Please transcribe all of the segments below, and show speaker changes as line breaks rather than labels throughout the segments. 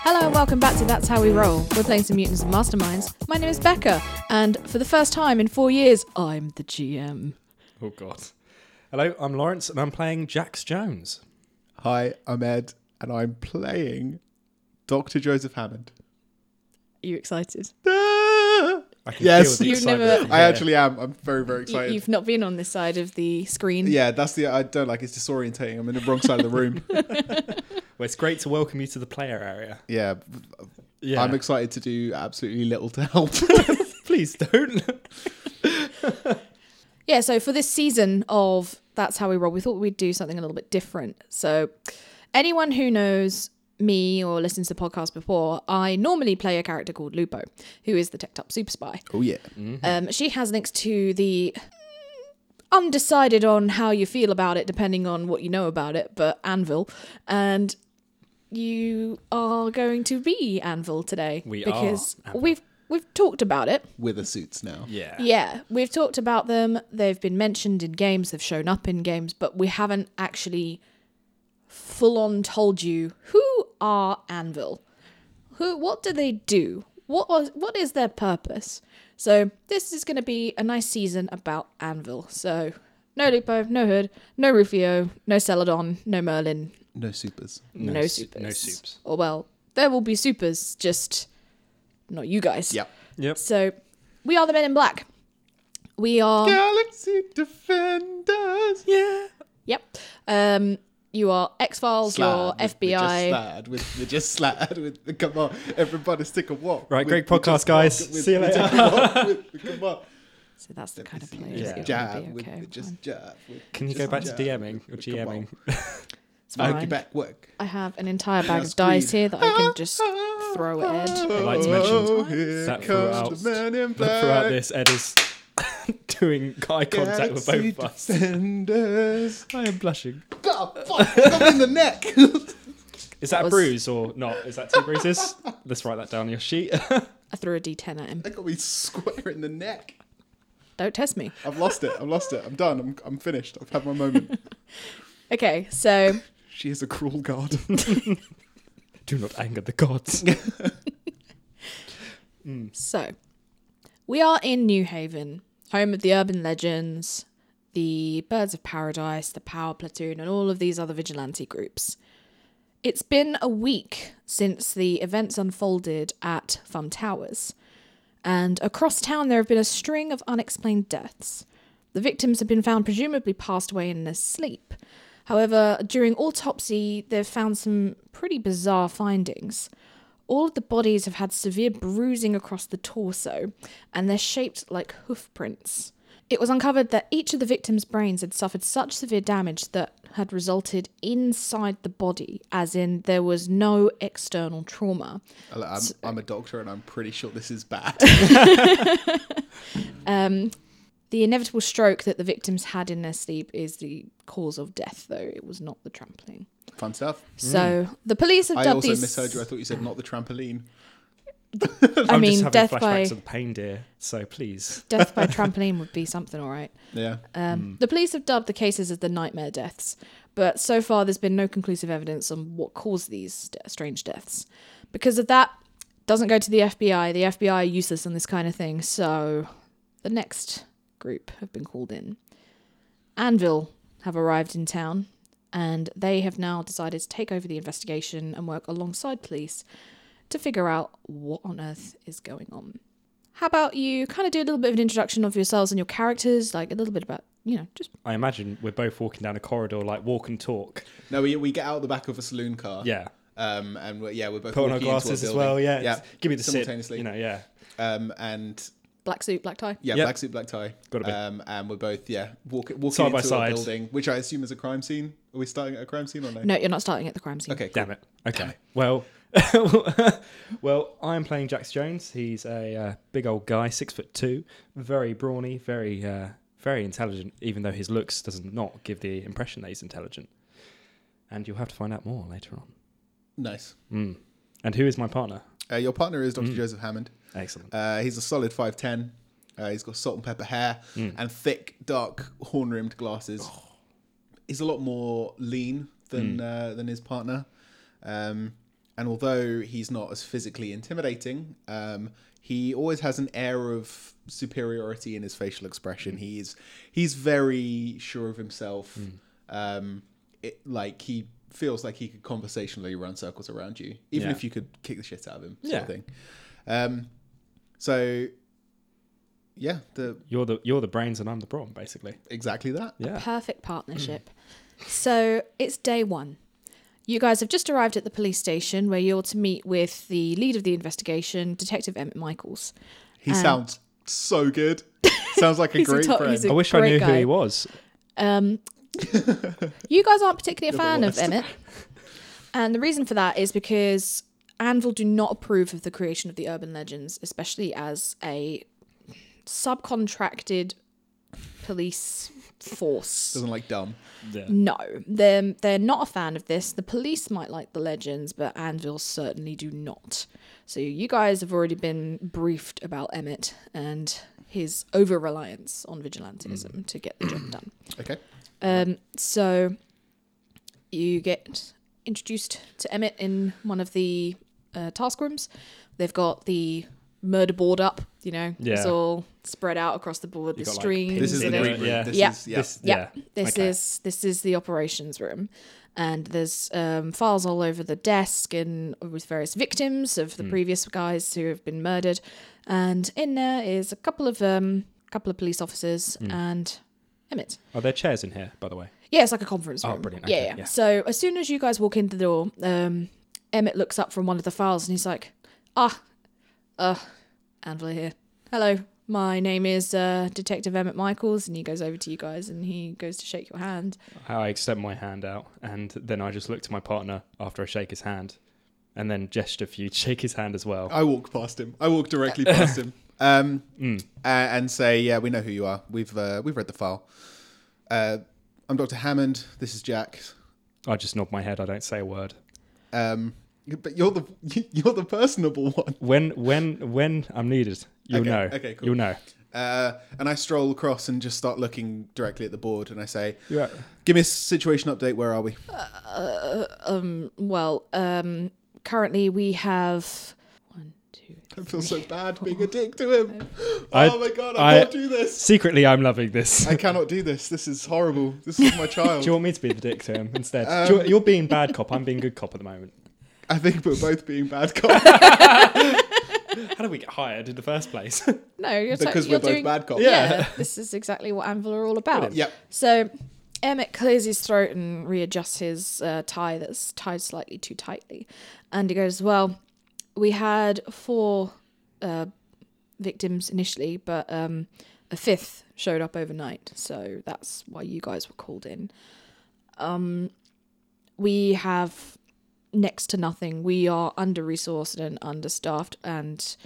Hello and welcome back to That's How We Roll. We're playing some Mutants and Masterminds. My name is Becca, and for the first time in four years, I'm the GM.
Oh God. Hello, I'm Lawrence, and I'm playing Jax Jones.
Hi, I'm Ed, and I'm playing Dr. Joseph Hammond.
Are you excited?
Ah!
I can
Yes.
feel the
You've
excitement
never-
in
I
here.
actually am. I'm very, very
You,
excited.
you've not been on this side of the screen.
yeah, that's the I don't like. It's disorientating. I'm in the wrong side of the room.
Well, it's great to welcome you to the player area.
yeah,
Yeah.
I'm excited to do absolutely little to help.
Please don't.
Yeah, so for this season of That's How We Roll, we thought we'd do something a little bit different. So, anyone who knows me or listens to the podcast before, I normally play a character called Lupo, who is the tech up super spy.
oh yeah,
Mm-hmm.
Um, she has links to the undecided on how you feel about it, depending on what you know about it, but Anvil. And you are going to be Anvil today.
We are
because
Anvil.
we've we've talked about it.
with the suits now.
Yeah.
Yeah, we've talked about them. They've been mentioned in games, they've shown up in games, but we haven't actually full on told you who are Anvil. Who what do they do? What was what is their purpose? So this is going to be a nice season about Anvil. So no Lupo, no Hood, no Rufio, no Celadon, no Merlin,
No supers.
no,
s-
supers.
No soups.
Or well, there will be supers, just not you guys.
Yeah.
Yep.
So we are the Men in Black. We are.
Galaxy Defenders. Yeah.
Yep. Um, you are X Files. You're
We're just
FBI.
slattered. With, we're just slattered. With, come on, everybody, stick a walk.
Right,
We-
great
we just
podcast, guys.
walk with-
See you
we
later.
just walk with- Come on.
So that's the kind of
Just
player.
just
that you're
jab
gonna be,
with-
okay,
with just
fine.
jab with-
Can you
just
go back to
jab
DMing or
with- come on.
GMing?
It's
Back-
fine.
back work.
I have an entire bag of
Now
dice
squeeze.
here that I can just throw at Ed.
I'd like to mention
Oh, here
that
comes
throughout,
the man in black.
throughout this, Ed is doing eye contact with both
Galaxy
of us.
Defenders.
I am blushing.
Oh, fuck, I'm in the neck.
Is that,
was-
a bruise or not? Is that two bruises? Let's write that down on your sheet.
I threw a D10 at him.
that got me square in the neck.
Don't test me.
I've lost it. I've lost it. I'm done. I'm, I'm finished. I've had my moment.
Okay, so
She is a cruel god.
Do not anger the gods.
So, we are in New Haven, home of the urban legends, the Birds of Paradise, the Power Platoon, and all of these other vigilante groups. It's been a week since the events unfolded at Fun Towers, and across town there have been a string of unexplained deaths. The victims have been found presumably passed away in their sleep. However, during autopsy, they've found some pretty bizarre findings. All of the bodies have had severe bruising across the torso, and they're shaped like hoof prints. It was uncovered that each of the victims' brains had suffered such severe damage that had resulted inside the body, as in there was no external trauma.
I'm, I'm a doctor and I'm pretty sure this is bad.
The inevitable stroke that the victims had in their sleep is the cause of death, though it was not the trampling.
Fun stuff.
So the police have
I
dubbed
also
these.
misheard you. I thought you said not the trampoline.
I
I'm
mean,
just having
death
flashbacks
by
of the pain, dear. So please.
death by trampoline would be something, all right.
Yeah.
Um, The police have dubbed the cases as the nightmare deaths, but so far there's been no conclusive evidence on what caused these d- strange deaths. Because of that, doesn't go to the FBI. The FBI are useless on this kind of thing, so the next group have been called in. Anvil have arrived in town, and they have now decided to take over the investigation and work alongside police to figure out what on earth is going on. How about you kind of do a little bit of an introduction of yourselves and your characters, like a little bit about, you know, just
I imagine we're both walking down a corridor, like walk and talk.
No, we, we get out the back of a saloon car.
Yeah.
Um, and we're, yeah, we're both
Uh, Put on our
walking into a
glasses as
building.
well. Yeah.
Yeah.
Give me the sip.
simultaneously.
You know. Yeah.
Um, and
black suit, black tie.
yeah,
Yep.
black suit, black tie.
Gotta be.
Um, and we're both yeah walk, walking
Side
into
by
a
side.
building, which I assume is a crime scene. Are we starting at a crime scene or no?
No, you're not starting at the crime scene.
Okay. Cool.
Damn it. Okay. Well. well, I'm playing Jax Jones. He's a uh, big old guy, six foot two, very brawny, very uh, very intelligent. Even though his looks does not give the impression that he's intelligent. And you'll have to find out more later on.
Nice.
Mm. And who is my partner?
Uh, your partner is
Mm.
Dr. Joseph Hammond.
Excellent.
Uh, he's a solid five ten. Uh, he's got salt and pepper hair and thick, dark, horn rimmed glasses. He's a lot more lean than uh, than his partner. Um, And although he's not as physically intimidating, um, he always has an air of superiority in his facial expression. He is he's very sure of himself. Um, it, like he feels like he could conversationally run circles around you, even
Yeah.
if you could kick the shit out of him. Sort
Yeah.
of thing. Um, so yeah, the
You're the you're the brains and I'm the brawn, basically.
exactly that.
Yeah.
Perfect partnership. so it's day one. You guys have just arrived at the police station where you're to meet with the lead of the investigation, Detective Emmett Michaels.
He sounds so good. Sounds like
Um,
a
He's a
great
top-
friend.
he's a
I wish I
great
knew who
guy.
he was.
Um, you guys aren't particularly a
You're the
fan of
worst.
Emmett. And the reason for that is because Anvil do not approve of the creation of the urban legends, especially as a subcontracted police force.
Doesn't like dumb.
Yeah.
No, they're they're not a fan of this. The police might like the legends, but Anvil certainly do not. So you guys have already been briefed about Emmett and his over reliance on vigilantism
Mm.
to get the job done.
Okay.
Um, so you get introduced to Emmett in one of the uh, task rooms. They've got the murder board up. You know, it's
Yeah.
all spread out across the board.
You've
the
got, like,
streams.
pins
This is the
there's-
Yeah.
green room.
Yeah.
This
Yeah.
is yeah.
This-
Yep. This
Okay.
is this is the operations room, and there's um, files all over the desk and with various victims of the previous guys who have been murdered, and in there is a couple of um couple of police officers and Emmett.
Are there chairs in here, by the way?
Yeah, it's like a conference
Oh,
room.
brilliant.
Yeah,
Okay,
yeah.
yeah.
So as soon as you guys walk in the door, um, Emmett looks up from one of the files and he's like, "Ah, uh, Anvil here. Hello, my name is uh, Detective Emmett Michaels." And he goes over to you guys and he goes to shake your hand.
I extend my hand out and then I just look to my partner after I shake his hand and then gesture for you to shake his hand as well.
I walk past him. I walk directly past him. Um,
Hmm.
a- and say, yeah, we know who you are. We've uh, we've read the file. Uh, I'm Dr. Hammond. This is Jack.
I just nod my head, I don't say a word.
Um, but you're the you're the personable one.
When when when I'm needed, you'll
Okay,
know.
okay, cool.
You'll know.
Uh, and I stroll across and just start looking directly at the board. And I say,
You're right.
give me a situation update. Where are we?
Uh, Well, um, currently we have one, two.
I feel so bad being a dick to him.
I-
oh my god, I,
I-
can't do this.
Secretly I'm loving this.
I cannot do this. This is horrible. This is my child.
Do you want me to be the dick to him instead? Do you, you're being bad cop, I'm being good cop at the moment.
I think we're both being bad cops
How did we get hired in the first place?
No, you're,
because
you're
we're both
doing.
bad cops.
yeah. this is exactly what Anvil are all about.
Yep.
So Emmett clears his throat and readjusts his uh, tie that's tied slightly too tightly. And he goes, Well, we had four uh, victims initially, but um, a fifth showed up overnight. So that's why you guys were called in. Um, we have next to nothing. We are under resourced and understaffed and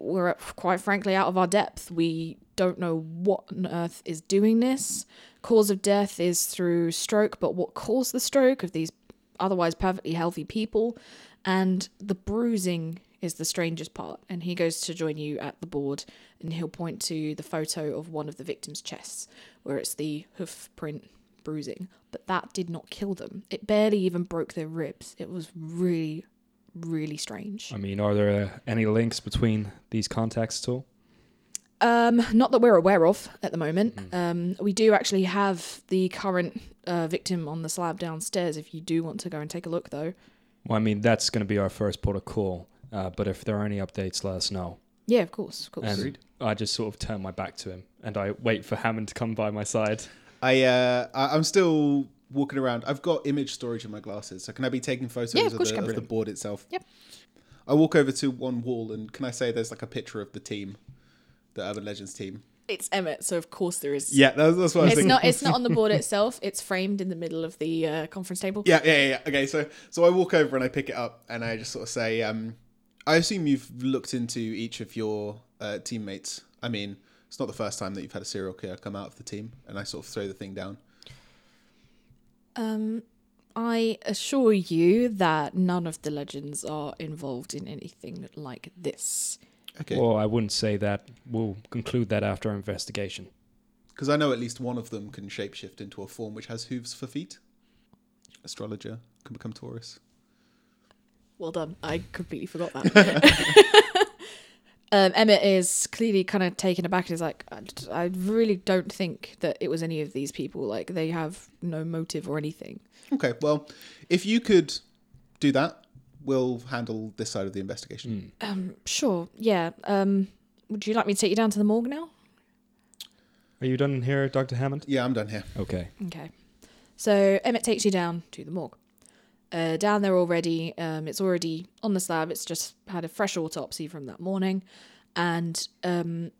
we're uh, quite frankly out of our depth. We don't know what on earth is doing this. Cause of death is through stroke, but what caused the stroke of these otherwise perfectly healthy people? And the bruising is the strangest part. And he goes to join you at the board and he'll point to the photo of one of the victim's chests where it's the hoof print bruising. But that did not kill them. It barely even broke their ribs. It was really, really strange.
I mean, are there uh, any links between these contacts at all?
Um, not that we're aware of at the moment.
Mm-hmm.
Um, we do actually have the current uh, victim on the slab downstairs. If you do want to go and take a look, though,
Well, I mean, that's going to be our first port of call. Uh, but if there are any updates, let us know.
yeah, of course, of course.
And I just sort of turn my back to him and I wait for Hammond to come by my side.
I, uh, I I'm still walking around. I've got image storage in my glasses, so can I be taking photos
Yeah, of
of,
course
the,
you can.
of the board itself?
Yep.
I walk over to one wall, and can I say there's like a picture of the team, the Urban Legends team?
it's Emmett, so of course there is.
Yeah, that's, that's what I was
It's
thinking.
not. It's not on the board itself. It's framed in the middle of the uh, conference table.
yeah, yeah, yeah, yeah. Okay, so so I walk over and I pick it up, and I just sort of say, um, I assume you've looked into each of your uh, teammates. I mean, it's not the first time that you've had a serial killer come out of the team, and I sort of throw the thing down.
Um, I assure you that none of the legends are involved in anything like this.
Okay.
Well, I wouldn't say that. We'll conclude that after our investigation.
Because I know at least one of them can shapeshift into a form which has hooves for feet. Astrologer can become Taurus.
Well done. I completely forgot that. um, Emmett is clearly kind of taken aback and is like, I, d- I really don't think that it was any of these people. Like, they have no motive or anything.
Okay, well, if you could do that, we'll handle this side of the investigation.
Um, sure. Yeah. Um, would you like me to take you down to the morgue now?
Are you done here, Dr. Hammond?
Yeah, I'm done here.
Okay.
Okay. So Emmett takes you down to the morgue. Uh, down there already. Um, it's already on the slab. It's just had a fresh autopsy from that morning. And um,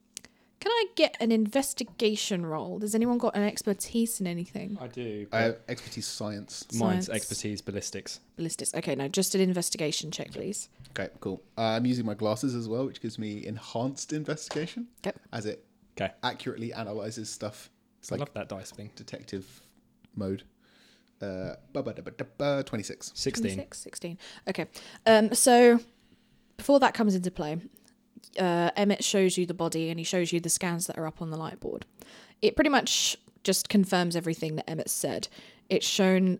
can I get an investigation roll? Does anyone got an expertise in anything?
I do.
I have expertise science.
Mine's
Science.
expertise ballistics.
Ballistics. Okay, no, just an investigation check, please.
Okay, cool. Uh, I'm using my glasses as well, which gives me enhanced investigation
Yep.
as it
Okay.
accurately analyzes stuff. It's like
I love that dice thing.
detective mode. Uh, ba- ba- da- ba- da- ba- 26.
16.
26, 16. Okay. Um, so before that comes into play, uh, Emmett shows you the body and he shows you the scans that are up on the light board. It pretty much just confirms everything that Emmett said. It's shown,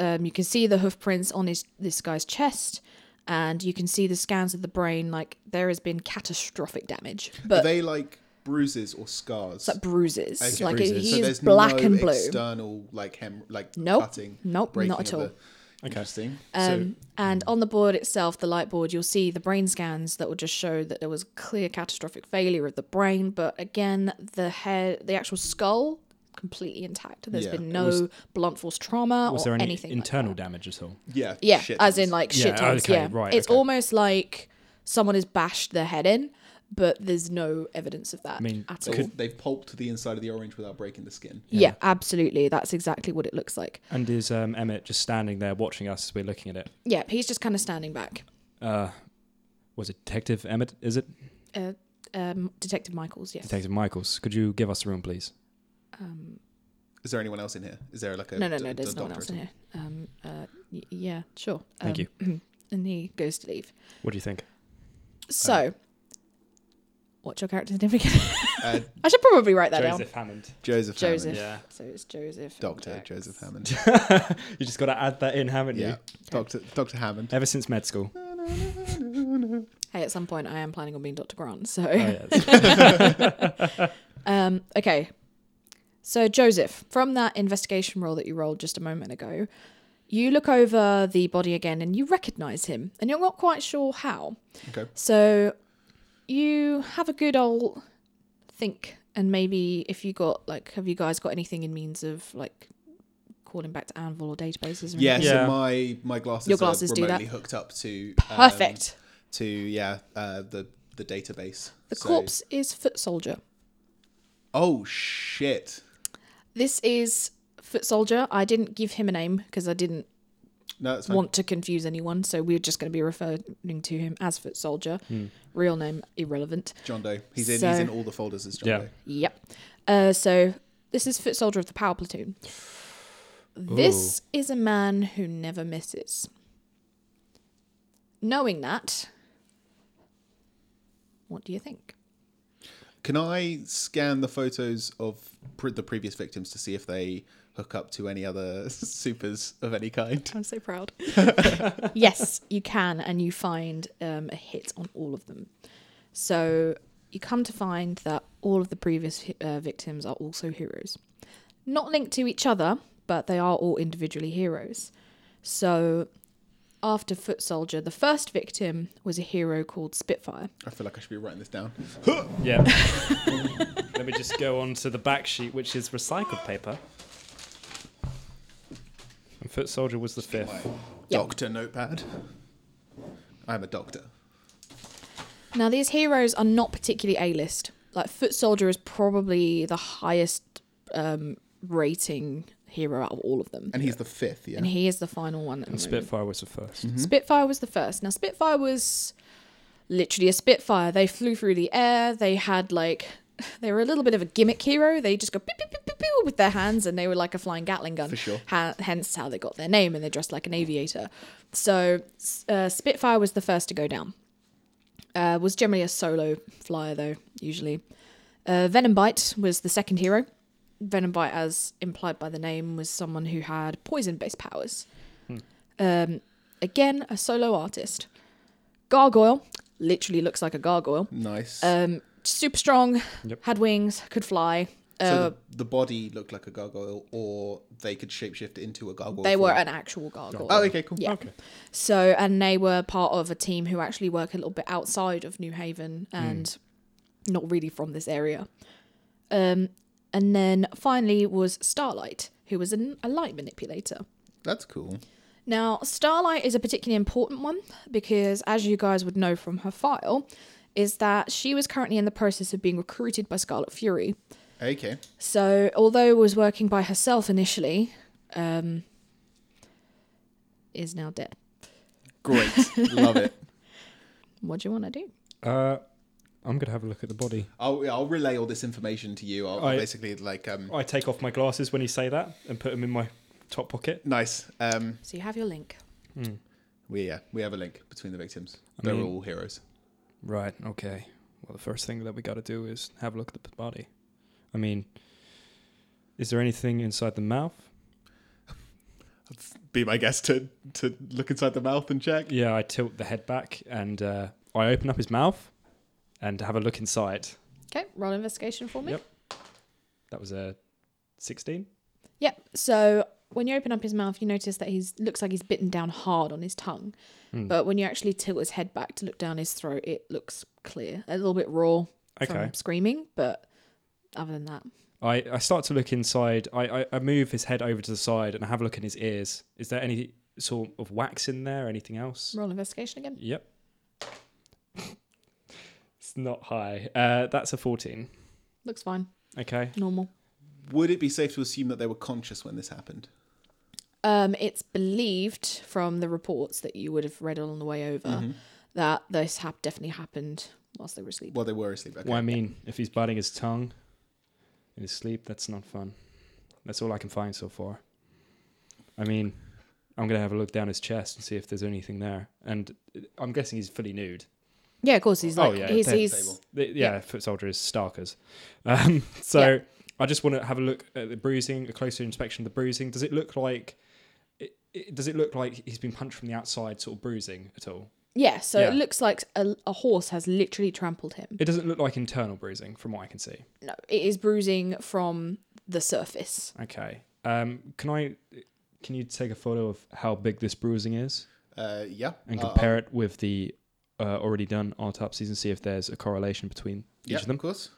um, you can see the hoof prints on his this guy's chest, and you can see the scans of the brain. Like there has been catastrophic damage,
Are
but
they like bruises or scars?
like bruises.
Okay.
Like
Bruises.
he
So
is
there's
black
no
and blue.
External like hem like
Nope.
cutting.
Nope,
breaking
not at
of
all.
the- Interesting.
Um, and on the board itself, the light board, you'll see the brain scans that will just show that there was clear catastrophic failure of the brain. But again, the head, the actual skull, completely intact. There's
Yeah,
been
it
no
was-
blunt force trauma
Was
or
there any
anything like
internal
that.
damage at all?
so yeah,
Yeah,
shit
as
tons.
in like
Yeah,
shit tons.
okay,
yeah,
right,
it's
okay.
almost like someone has bashed their head in, but there's no evidence of that
mean,
at all.
They've, they've pulped the inside of the orange without breaking the skin.
yeah, absolutely. That's exactly what it looks like.
And is um, Emmett just standing there watching us as we're looking at it?
Yeah, he's just kind of standing back.
Uh, was it Detective Emmett? Is it
Uh, um, Detective Michaels, yes.
Detective Michaels? Could you give us a room, please?
Um,
Is there anyone else in here? Is there like a
no, no,
d-
no.
d-
There's no one
doctor
else
or
in here. Um, uh, y- yeah, sure.
Thank
um, you. And he goes to leave.
What do you think?
So, what's your character's name again?
something? Uh,
I should probably write that down.
Hammond.
Joseph. Hammond.
Joseph.
Yeah.
So it's Joseph.
Doctor
Jax.
Joseph Hammond.
You just got to add that in, haven't
yeah,
you?
Doctor Doctor Hammond.
Ever since med school. Oh,
Hey, at some point I am planning on being Dr. Grant. So,
yes.
um,
Oh.
okay. So Joseph, from that investigation roll that you rolled just a moment ago, you look over the body again and you recognise him, and you're not quite sure how.
Okay.
So you have a good old think and maybe if you got like have you guys got anything in means of like calling back to Anvil or databases or
Yeah,
anything?
Yeah.
So my my glasses,
Your glasses
are
do that?
remotely hooked up to um,
Perfect.
to yeah uh, the the database.
the
So-
corpse is Foot Soldier.
Oh shit!
This is Foot Soldier. I didn't give him a name because I didn't
No, that's fine.
want to confuse anyone, so we're just going to be referring to him as Foot Soldier.
Hmm.
Real name irrelevant.
John Doe. He's in. He's
So-
in all the folders as John
Yeah.
Doe.
Yep. Uh, so this is Foot Soldier of the Power Platoon. This is a man who never misses. Knowing that, what do you think?
Can I scan the photos of pr- the previous victims to see if they hook up to any other supers of any kind?
I'm so proud. yes, you can, and you find um, a hit on all of them. So you come to find that all of the previous hi- uh, victims are also heroes. Not linked to each other, but they are all individually heroes. So after Foot Soldier, the first victim was a hero called Spitfire.
I feel like I should be writing this down.
yeah. Let me just go on to the back sheet, which is recycled paper. And Foot Soldier was the
My
fifth.
doctor notepad. I'm a doctor.
Now, these heroes are not particularly A list. Like, Foot Soldier is probably the highest um, rating hero out of all of them.
And he's the fifth, yeah.
and he is the final one. At the moment.
And Spitfire was the 1st
Spitfire was the first. Now Spitfire was literally a Spitfire. They flew through the air. They had like they were a little bit of a gimmick hero. They just go pew, pew, pew, pew, pew with their hands, and they were like a flying Gatling gun.
For sure.
Ha- hence how they got their name, and they dressed like an aviator. So s- uh, Spitfire was the first to go down. Uh, was generally a solo flyer though, usually. Uh, Venom Bite was the second hero. Venom Bite, as implied by the name, was someone who had poison-based powers. Um, Again, a solo artist. Gargoyle literally looks like a gargoyle.
Nice.
Um, super strong,
Yep.
had wings, could fly. Uh,
so the, the body looked like a gargoyle, or they could shapeshift into a gargoyle.
they were
form.
an actual gargoyle.
Oh, okay, cool.
Yeah.
Okay.
So, and they were part of a team who actually work a little bit outside of New Haven and
Hmm.
not really from this area. Um, and then finally was Starlight, who was an, a light manipulator.
That's cool.
Now, Starlight is a particularly important one because, as you guys would know from her file, is that she was currently in the process of being recruited by Scarlet Fury.
Okay.
So, although was working by herself initially, um, is now dead.
Great. Love it.
What do you want to do?
Uh, I'm gonna have a look at the body.
I'll, I'll relay all this information to you. I'll, I'll
I-
basically like um
I take off my glasses when you say that and put them in my top pocket.
nice. Um,
So you have your link.
we yeah we have a link between the victims.
I
They're
mean-
all heroes.
Right. Okay. Well, the first thing that we got to do is have a look at the body. I mean, is there anything inside the mouth?
Be my guest to to look inside the mouth and check.
Yeah, I tilt the head back and uh, I open up his mouth and have a look inside.
Okay, roll investigation for me.
Yep. That was a 16.
Yep. So when you open up his mouth, you notice that he's looks like he's bitten down hard on his tongue.
Hmm.
But when you actually tilt his head back to look down his throat, it looks clear. A little bit raw
Okay.
from screaming, but other than that,
I, I start to look inside. I, I, I move his head over to the side and I have a look in his ears. Is there any sort of wax in there? Anything else?
roll investigation again.
Yep. it's not high. Uh, that's a 14.
Looks fine.
Okay.
Normal.
Would it be safe to assume that they were conscious when this happened?
Um, it's believed from the reports that you would have read along the way over
Mm-hmm.
that this hap definitely happened whilst they were asleep.
Well, they were asleep. Okay.
Well, I mean, if he's biting his tongue in his sleep, that's not fun. That's all I can find so far. I mean, I'm going to have a look down his chest and see if there's anything there. And uh, I'm guessing he's fully nude.
Yeah, of course. He's
Oh,
like
yeah,
he's,
dead
he's
Table.
The, yeah, foot soldier is starkers. Um, so
Yeah.
I just want to have a look at the bruising, a closer inspection of the bruising. Does it look like. It, it, does it look like he's been punched from the outside, sort of bruising at all?
yeah. So it
Yeah.
looks like a, a horse has literally trampled him.
It doesn't look like internal bruising, from what I can see.
No, it is bruising from the surface.
Okay. Um, can I? Can you take a photo of how big this bruising is
Uh, yeah.
and
Uh,
compare it with the uh, already done autopsies and see if there's a correlation between each
yeah,
of them?
of course.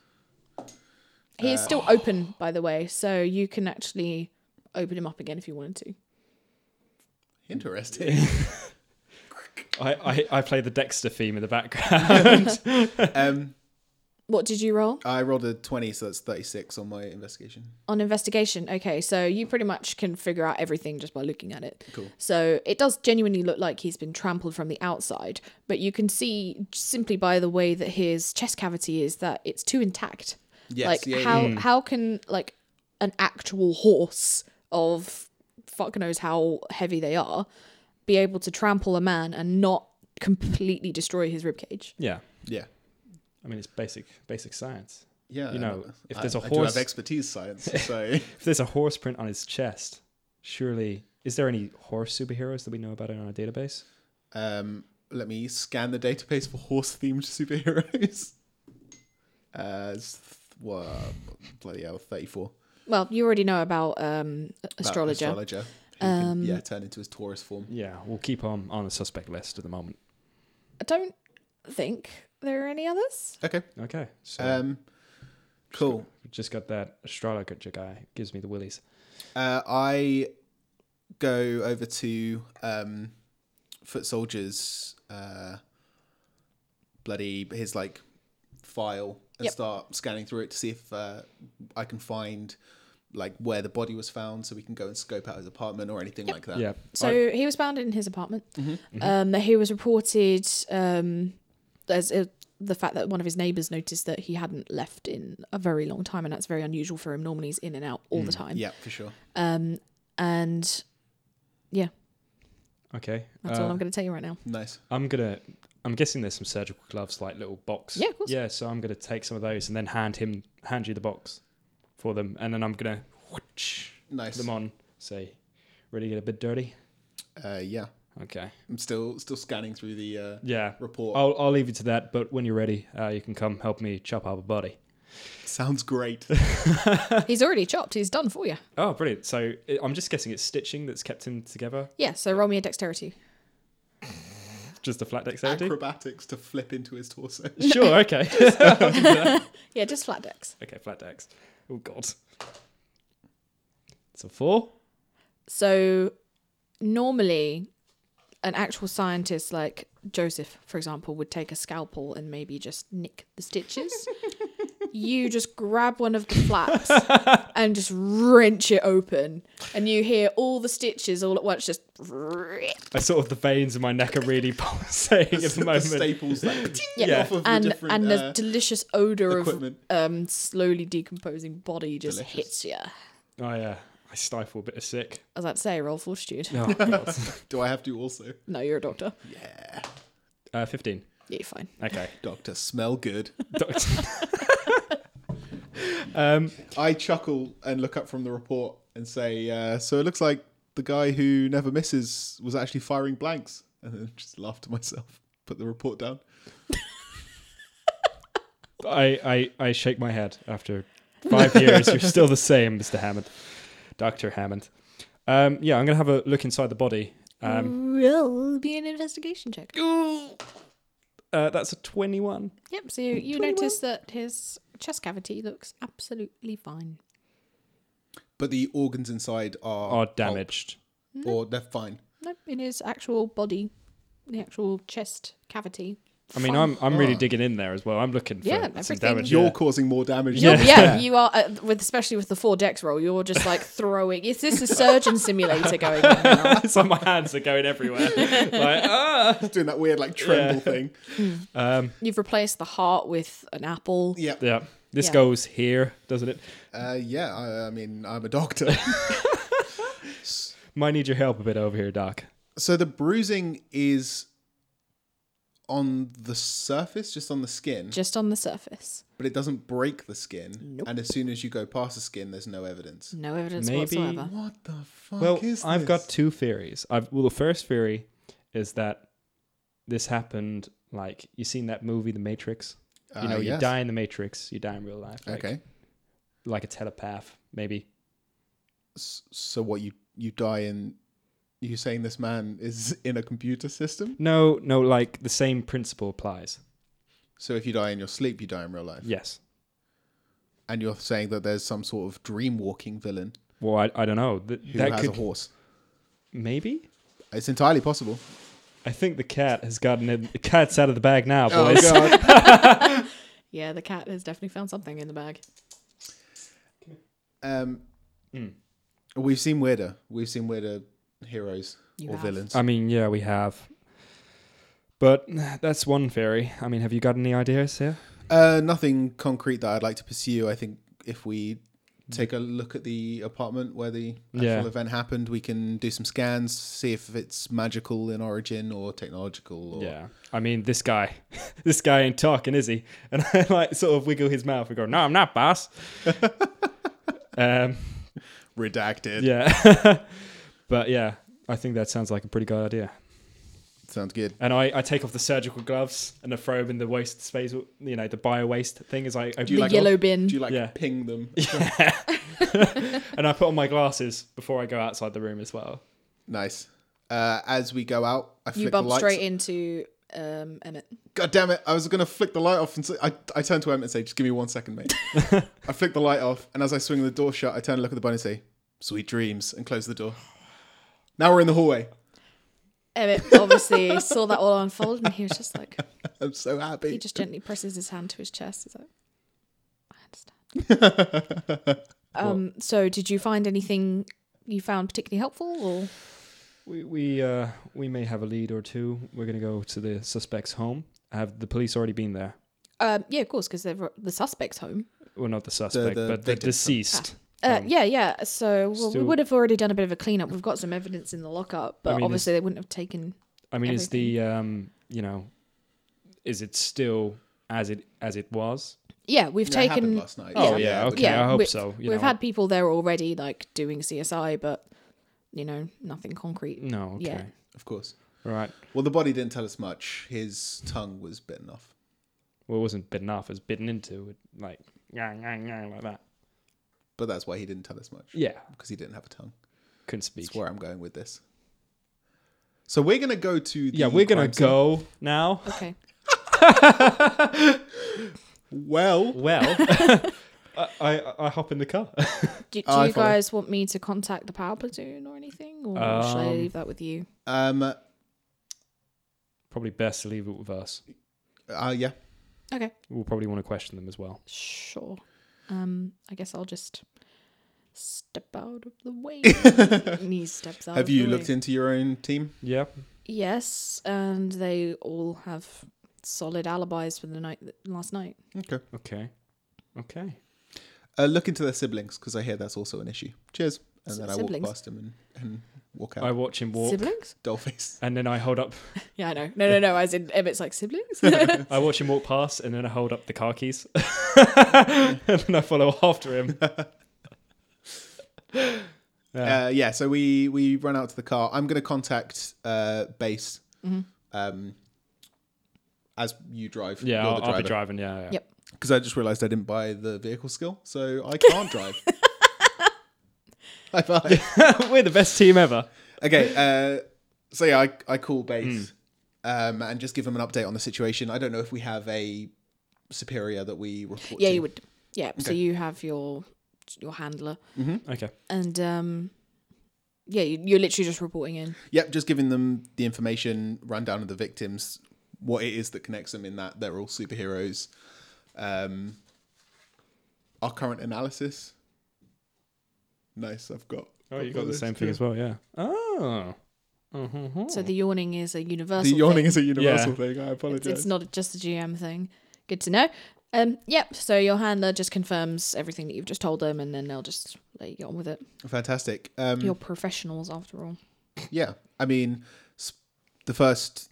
He
Uh,
is
oh.
still open, by the way, so you can actually open him up again if you wanted to.
Interesting.
I, I I play the Dexter theme in the background.
um,
What did you roll
I rolled a twenty, so that's thirty-six on my investigation.
on investigation? Okay, so you pretty much can figure out everything just by looking at it.
Cool.
So it does genuinely look like he's been trampled from the outside, but you can see simply by the way that his chest cavity is that it's too intact.
Yes.
like
yeah,
how
yeah.
how can like an actual horse of fuck knows how heavy they are be able to trample a man and not completely destroy his ribcage?
yeah.
Yeah.
I mean, it's basic basic science.
Yeah.
You know, if
I-
there's a
I do
horse-
have expertise science, so
If there's a horse print on his chest, surely is there any horse superheroes that we know about in our database?
um, let me scan the database for horse-themed superheroes. As th- well, bloody hell, thirty-four.
Well, you already know about um
That
astrologer.
astrologer. Who can, yeah, turn into his Taurus form.
Yeah, we'll keep on on the suspect list at the moment.
I don't think there are any others.
Okay.
Okay. So
Um, cool.
we just got that astrologer guy gives me the willies.
Uh, I go over to um, Foot Soldier's uh, bloody his like file and
Yep.
start scanning through it to see if uh, I can find like where the body was found, so we can go and scope out his apartment or anything like that.
Yeah.
So he was found in his apartment. Um, he was reported um, as uh the fact that one of his neighbors noticed that he hadn't left in a very long time, and that's very unusual for him. Normally, he's in and out all the time.
Yeah, for sure.
Um, and yeah,
Okay.
that's
uh,
all I'm going to tell you right now.
Nice.
I'm gonna. I'm guessing there's some surgical gloves, like little box.
Yeah, of course.
Yeah, so I'm gonna take some of those and then hand him, hand you the box, for them, and then I'm gonna whoosh,
Nice.
them on. Say, ready to get a bit dirty?
Uh, yeah.
Okay.
I'm still still scanning through the uh,
Yeah. Oh.
report.
I'll, I'll leave you to that, but when you're ready, uh, you can come help me chop up a body.
Sounds great.
He's already chopped. He's done for you.
Oh, brilliant. So i I'm just guessing it's stitching that's kept him together.
Yeah, so roll me a dexterity.
Just a flat dexterity?
Acrobatics to flip into his torso.
sure, okay.
Yeah, just flat dex.
okay, flat dex. Oh, God. It's a four.
So normally an actual scientist like Joseph, for example, would take a scalpel and maybe just nick the stitches. you just grab one of the flaps and just wrench it open and you hear all the stitches all at once just
I sort of, the veins in my neck are really pulsating at the
the
moment.
staples like
Yeah.
off of
and
the different
and the
uh,
delicious odor of
equipment.
um slowly decomposing body just
Delicious.
hits you. I
Oh, yeah. I stifle a bit of sick.
was about to say roll fortitude.
Oh, God.
Do I have to also?
No, you're a doctor.
Yeah.
Uh, 15.
Yeah, you're fine.
Okay.
Doctor, smell good.
Doctor- um,
I chuckle and look up from the report and say, uh, "So it looks like the guy who never misses was actually firing blanks." And then just laugh to myself. Put the report down.
I, I, I shake my head after five years. You're still the same, Mr. Hammond. Dr. Hammond. Um, yeah, I'm going to have a look inside the body. Um,
Will be an investigation check.
uh, that's a Oh, 21.
Yep, so you, you notice that his chest cavity looks absolutely fine.
But the organs inside are
Are damaged.
pulp, or they're fine.
Nope, in his actual body, the actual chest cavity.
I mean, I'm I'm really digging in there as well. I'm looking for
Yeah,
some
everything-
damage.
You're
yeah.
causing more damage.
You're,
than-
yeah, you are uh, with especially with the four dex roll. You're just like throwing. Is this a surgeon simulator going on now?
so my hands are going everywhere. like, ah!
Doing that weird like tremble thing.
um,
You've replaced the heart with an apple.
Yeah.
yeah, this
Yeah.
goes here, doesn't it?
Uh, yeah. I, I mean, I'm a doctor.
Might need your help a bit over here, Doc.
So the bruising is on the surface, just on the skin,
Just on the surface,
but it doesn't break the skin.
Nope.
And as soon as you go past the skin, there's no evidence.
no evidence
Maybe-
whatsoever.
What the fuck
Well,
is
I've
this?
got two theories. I've well, the first theory is that this happened like you seen that movie, The Matrix. You
Ah,
know, you
yes.
die in The Matrix, you die in real life. Like,
Okay.
like a telepath, maybe.
S- So what you you die in? You saying this man is in a computer system?
No, no, like the same principle applies.
So if you die in your sleep, you die in real life.
Yes.
And you're saying that there's some sort of dream walking villain
Well, I, I don't know. Th-
who
that
has
could
a horse.
maybe.
It's entirely possible.
I think the cat has gotten in. The cat's out of the bag now,
Oh
boys.
god.
Yeah, the cat has definitely found something in the bag.
um, We've seen weirder. We've seen weirder heroes
You
or
have.
villains.
I mean, yeah, we have. But that's one theory. I mean, have you got any ideas here?
Uh, nothing concrete that I'd like to pursue. I think if we take a look at the apartment where the actual
Yeah.
event happened, we can do some scans, see if it's magical in origin or technological. Or...
Yeah. I mean, this guy, this guy ain't talking, is he? And I like sort of wiggle his mouth and go, "No, I'm not, boss." um,
Redacted.
yeah. but yeah, I think that sounds like a pretty good idea.
Sounds good.
And I, I take off the surgical gloves and I throw them in the waste space, you know, the bio waste thing. As I open
you
The
like-
yellow bin.
Do you like
Yeah.
ping them?
and I put on my glasses before I go outside the room as well.
nice. Uh, as we go out, I flick
You
the
bump
lights.
straight into um, Emmett.
God damn it! I was gonna flick the light off, and say, I I turn to Emmett and say, "Just give me one second, mate." I flick the light off, and as I swing the door shut, I turn and look at the bunny and say, "Sweet dreams," and close the door. Now we're in the hallway.
Emmett obviously saw that all unfold and he was just like,
I'm so happy.
he just gently presses his hand to his chest. He's like, I understand. um, so, did you find anything you found particularly helpful or?
We we uh, we may have a lead or two. We're gonna go to the suspect's home. Have the police already been there?
Um, yeah, of course, because they're the suspect's home.
Well, not the suspect,
the Ah.
but the
victim's-
deceased.
Uh, yeah, yeah. So well, we
Still-
would have already done a bit of a cleanup. We've got some evidence in the lockup, but
mean,
obviously they wouldn't have taken.
I mean, is the um, you know, is it still as it as it was?
Yeah, we've
That happened
taken.
last night.
Oh,
Yeah.
yeah, okay.
yeah,
I hope
we-
so, you
We've
know.
had people there already, like doing CSI, but you know, nothing concrete.
No. Okay.
Yeah.
Of course.
Right.
Well, the body didn't tell us much. His tongue was bitten off.
Well, it wasn't bitten off. It was bitten into. Like, "Nyang, nyang, nyang," like that.
But that's why he didn't tell us much.
Yeah.
Because he didn't have a tongue.
Couldn't speak.
That's where I'm going with this. So we're going to go to the
Yeah, we're gonna
crime scene.
go now.
Okay.
Well,
Well, I, I I hop in the car.
Do, do
I
you
follow.
guys want me to contact the power platoon or anything, or should I
Um,
leave that with you?
um
probably best to leave it with us.
uh, yeah.
Okay,
We'll probably want to question them as well.
sure. Um, I guess I'll just step out of the way. and he steps out.
Have
of
you
the
looked
way.
into your own team?
Yeah.
Yes, and they all have solid alibis for the night th- last night.
Okay.
Okay. Okay.
Uh, look into their siblings because I hear that's also an issue. Cheers. And
S-
then I
siblings.
walk past him and, and walk out.
I watch him walk,
Siblings?
Dollface.
and then I hold up.
Yeah, I know. No, no, no. As in, Emmett's like siblings.
I watch him walk past, and then I hold up the car keys, and then I follow after him. yeah.
Uh, yeah. So we we run out to the car. I'm going to contact uh, base.
Mm-hmm.
Um, as you drive.
yeah,
you're
I'll,
the
I'll be
driver.
driving. Yeah, yeah.
Yep.
Because I just realised I didn't buy the vehicle skill, so I can't drive. High five.
We're the best team ever.
Okay. Uh, so yeah, I, I call base
Hmm.
um, and just give them an update on the situation. I don't know if we have a superior that we report.
yeah,
to.
you would. Yeah. So
Okay.
you have your your handler,
Okay.
and um, yeah, you, you're literally just reporting in.
Yep, just giving them the information, rundown of the victims, what it is that connects them in that they're all superheroes. Um, our current analysis. Nice, I've got.
Oh, you got the same thing as well. Yeah. Oh.
So the yawning is a
Oh. The
universal.
yawning
thing.
is a universal
Yeah.
thing. I apologize.
It's, it's not just a GM thing. Good to know. Um, yep. So your handler just confirms everything that you've just told them, and then they'll just let you get on with it.
Fantastic. Um,
You're professionals after all.
Yeah, I mean, sp- the first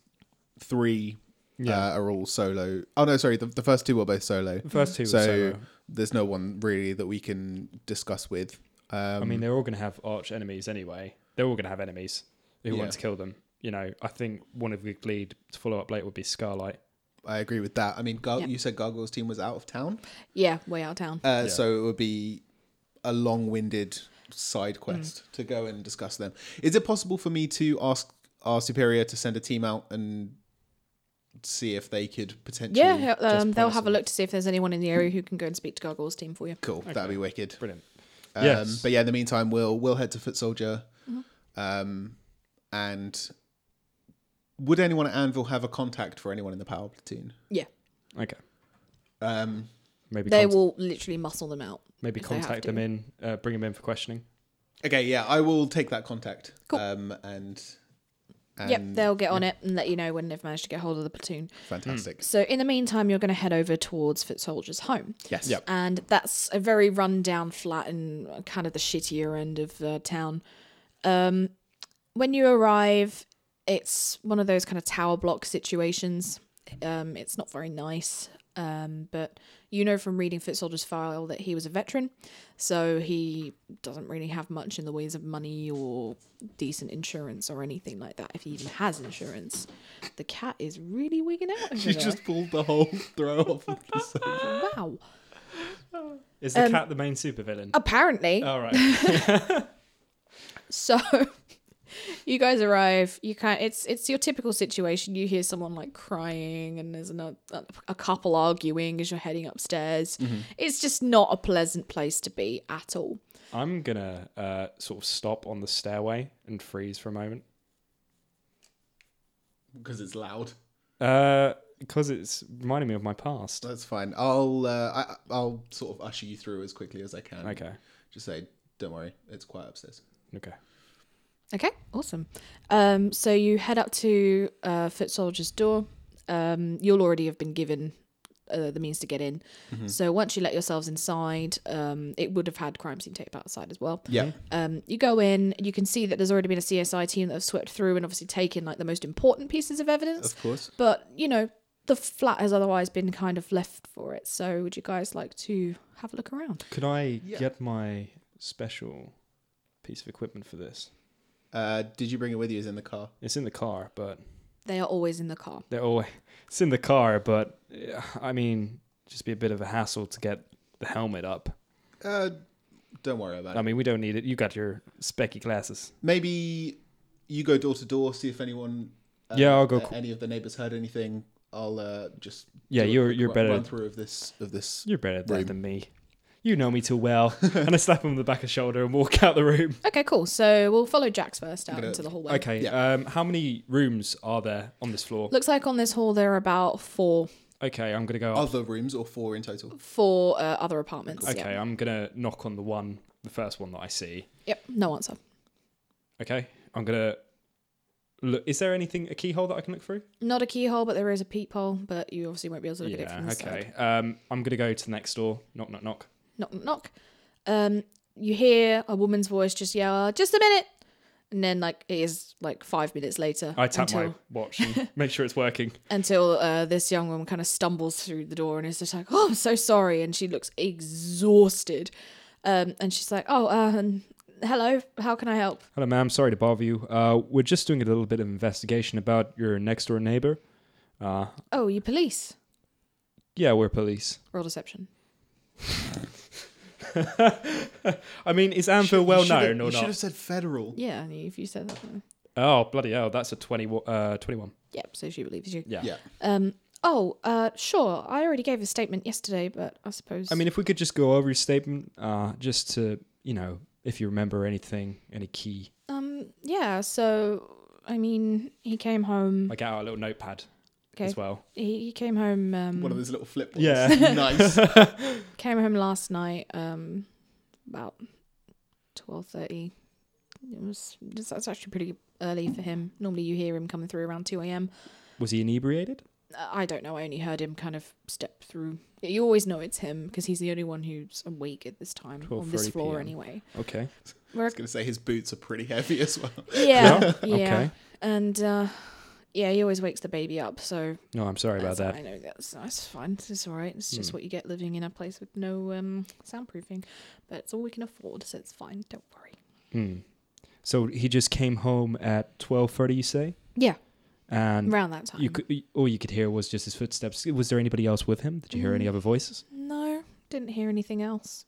three
Yeah.
uh, are all solo. Oh no, sorry, the, the first two were both solo.
The first two. were
so
solo.
there's no one really that we can discuss with. Um,
I mean, they're all going to have arch enemies anyway. They're all going to have enemies who
Yeah.
want to kill them. You know, I think one of the lead to follow up later would be Scarlight.
I agree with that. I mean, Gar-
Yeah.
you said Gargoyle's team was out of town,
Yeah, way out of town.
uh,
Yeah.
so it would be a long-winded side quest
Mm.
to go and discuss them. Is it possible for me to ask our superior to send a team out and see if they could potentially?
yeah,
just
um,
point
they'll
us
have a
in-
look to see if there's anyone in the area who can go and speak to Gargoyle's team for you.
Cool, that'd be wicked.
Brilliant.
Um,
Yes.
But yeah, in the meantime, we'll we'll head to Foot Soldier,
Mm-hmm.
um, and would anyone at Anvil have a contact for anyone in the power platoon?
Yeah,
Okay.
Um,
Maybe
they
cont-
will literally muscle them out.
maybe
if they have
contact them
to.
in, uh, bring them in for questioning.
okay, yeah, I will take that contact.
Cool.
Um, and, and
Yep, they'll get on it and let you know when they've managed to get hold of the platoon.
fantastic.
So in the meantime, you're going to head over towards Foot Soldier's home.
Hmm. Yes.
Yep.
And that's a very run-down flat in kind of the shittier end of uh, town. Um, when you arrive, it's one of those kind of tower block situations. Um, it's not very nice, um, but you know from reading Foot Soldier's file that he was a veteran, so he doesn't really have much in the ways of money or decent insurance or anything like that. If he even has insurance, the cat is really wigging out. Over
You
there.
just pulled the whole throw off. Of the sofa.
wow.
Is
Um,
the cat the main supervillain?
oh. Apparently,
All right.
So you guys arrive. You can't. It's it's your typical situation. You hear someone like crying, and there's another, a couple arguing as you're heading upstairs. It's just not a pleasant place to be at all.
I'm going to uh, sort of stop on the stairway and freeze for a moment.
Because it's loud.
Because Uh, it's reminding me of my past.
That's fine. I'll uh, I, I'll sort of usher you through as quickly as I can.
Okay.
Just say, don't worry, it's quiet upstairs.
Okay.
Okay, awesome. Um, so you head up to uh, Foot Soldier's door. Um, you'll already have been given uh, the means to get in.
Mm-hmm.
So once you let yourselves inside, um, it would have had crime scene tape outside as well.
Yeah.
Um, you go in, you can see that there's already been a CSI team that have swept through and obviously taken like the most important pieces of evidence.
Of course.
But you know, the flat has otherwise been kind of left for it. So would you guys like to have a look around?
Could I
Yeah.
get my special piece of equipment for this?
Uh, did you bring it with you? Is in the car.
It's in the car, but
They are always in the car.
they're always it's in the car, but eh, I mean, just be a bit of a hassle to get the helmet up.
Uh, um, don't worry about
I
it.
mean, we don't need it. You got your specky glasses.
Maybe you go door to door, see if anyone. Uh,
Yeah, I'll go
uh,
qu-
any of the neighbors heard anything. I'll uh, just
Yeah,
do a
you're-
quick
you're
ru-
better-
run through of this of this.
You're better at
Room.
that than me. You know me too well. and I slap him on the back of the shoulder and walk out the room.
Okay, cool. So we'll follow Jack's first out
gonna-
into the hallway.
Okay. Um, how many rooms are there on this floor?
Looks like on this hall there are about four
Okay, I'm gonna go. up.
Other rooms or four in total.
four uh, other apartments.
Okay, um,
Yep.
I'm gonna knock on the one, the first one that I see.
yep. No answer.
Okay, I'm gonna look. Is there anything a keyhole that I can look through?
Not a keyhole, but there is a peephole. But you obviously won't be able to look at it from the side.
okay. Um, I'm gonna go to the next door. Knock, knock, knock.
knock knock knock. Um, you hear a woman's voice just yell, "Just a minute," and then like it is like five minutes later
I tap
until
my watch and make sure it's working.
until uh, this young woman kind of stumbles through the door and is just like, "Oh, I'm so sorry," and she looks exhausted. Um, and she's like, "Oh, um, hello, how can I help?"
Hello, ma'am. Sorry to bother you. Uh, we're just doing a little bit of investigation about your next door neighbor. Uh,
Oh, you police?
yeah, we're police.
Roll deception.
I mean, is
Should-
Anvil
you
well
should have-
known or
You should have
not?
said federal.
Yeah, and if you said that, then-
Oh, bloody hell! That's a 20, uh, 21.
yep. So she believes you.
Yeah.
Yeah.
Um. Oh, uh, sure. I already gave a statement yesterday, but I suppose.
I mean, if we could just go over your statement, uh, just to you know, if you remember anything, any key.
Um. Yeah. So I mean, he came home.
I get out a little notepad
Okay.
as well.
He, he came home. Um,
One of those little flip ones.
Yeah.
nice.
came home last night. Um, about twelve thirty. It was. That's that's actually pretty early for him. Normally, you hear him coming through around two a.m.
Was he inebriated?
Uh, I don't know. I only heard him kind of step through. You always know it's him because he's the only one who's awake at this time on
12:30
this floor,
PM.
anyway.
Okay.
We're,
I was gonna say his boots are pretty heavy as well.
yeah, yeah,
Okay.
and uh, yeah, he always wakes the baby up. So
No, I'm sorry about
That's-
that.
I know that's that's fine. It's all right. It's just
Hmm.
what you get living in a place with no um, soundproofing, but it's all we can afford, so it's fine. Don't worry.
Hmm. So he just came home at 12:30, you say?
Yeah,
And
around that time.
you could, all you could hear was just his footsteps. Was there anybody else with him? Did you hear any
Mm.
other voices?
No, didn't hear anything else.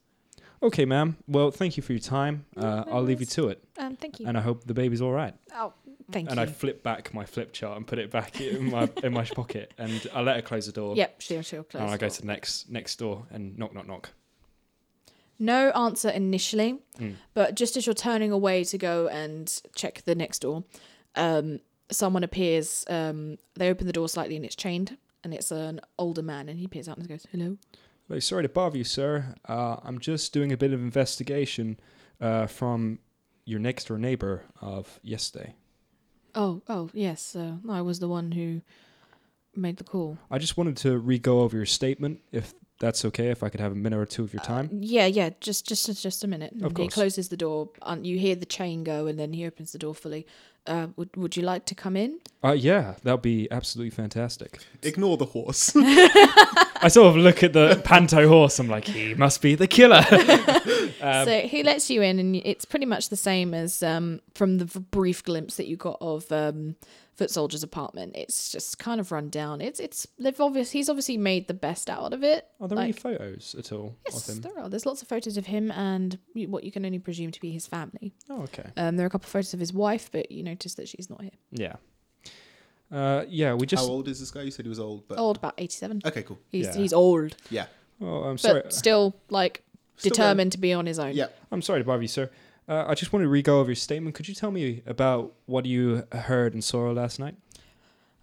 Okay, ma'am. Well, thank you for your time.
No,
Uh,
no
I'll leave you
worries.
to it,
Um, thank you.
and I hope the baby's all right.
oh, thank
and
you.
I flip back my flip chart and put it back in my in my pocket, and I let her close the door.
yep, she'll she'll close.
and I
the
go
door.
to the next next door and knock knock knock.
No answer initially,
Mm.
but just as you're turning away to go and check the next door, um, someone appears. Um, they open the door slightly and it's chained, and it's an older man, and he peers out and goes, "Hello."
Hello, sorry to bother you, sir. Uh, I'm just doing a bit of investigation uh, from your next door neighbor of yesterday.
Oh, oh, yes. Uh, I was the one who made the call.
I just wanted to re go over your statement, if that's okay. If I could have a minute or two of
Uh,
your time.
Yeah, yeah. Just, just, just a minute. And
Of
he
course.
closes the door, and you hear the chain go, and then he opens the door fully. Uh, would Would you like to come in?
Uh, yeah, that'd be absolutely fantastic.
Ignore the horse.
I sort of look at the panto horse. I'm like, he must be the killer. Um,
so he lets you in, and it's pretty much the same as um, from the v- brief glimpse that you got of um, Foot Soldier's apartment. It's just kind of run down. It's, it's. They've obvious. He's obviously made the best out of it.
are there any
like,
photos at all
Yes,
of him?
there are. There's lots of photos of him and you- what you can only presume to be his family.
Oh, okay.
Um, there are a couple of photos of his wife, but you notice that she's not here.
Yeah. Uh, yeah, we
How
just.
old is this guy? You said he was old, but
Old, about eighty-seven.
okay, cool.
He's
Yeah.
he's old,
Yeah.
Oh, I'm
but
sorry.
still like
Still going.
determined to be on his own.
Yeah.
I'm sorry to bother you, sir. Uh, I just want to re-go over your statement. Could you tell me about what you heard and saw last night?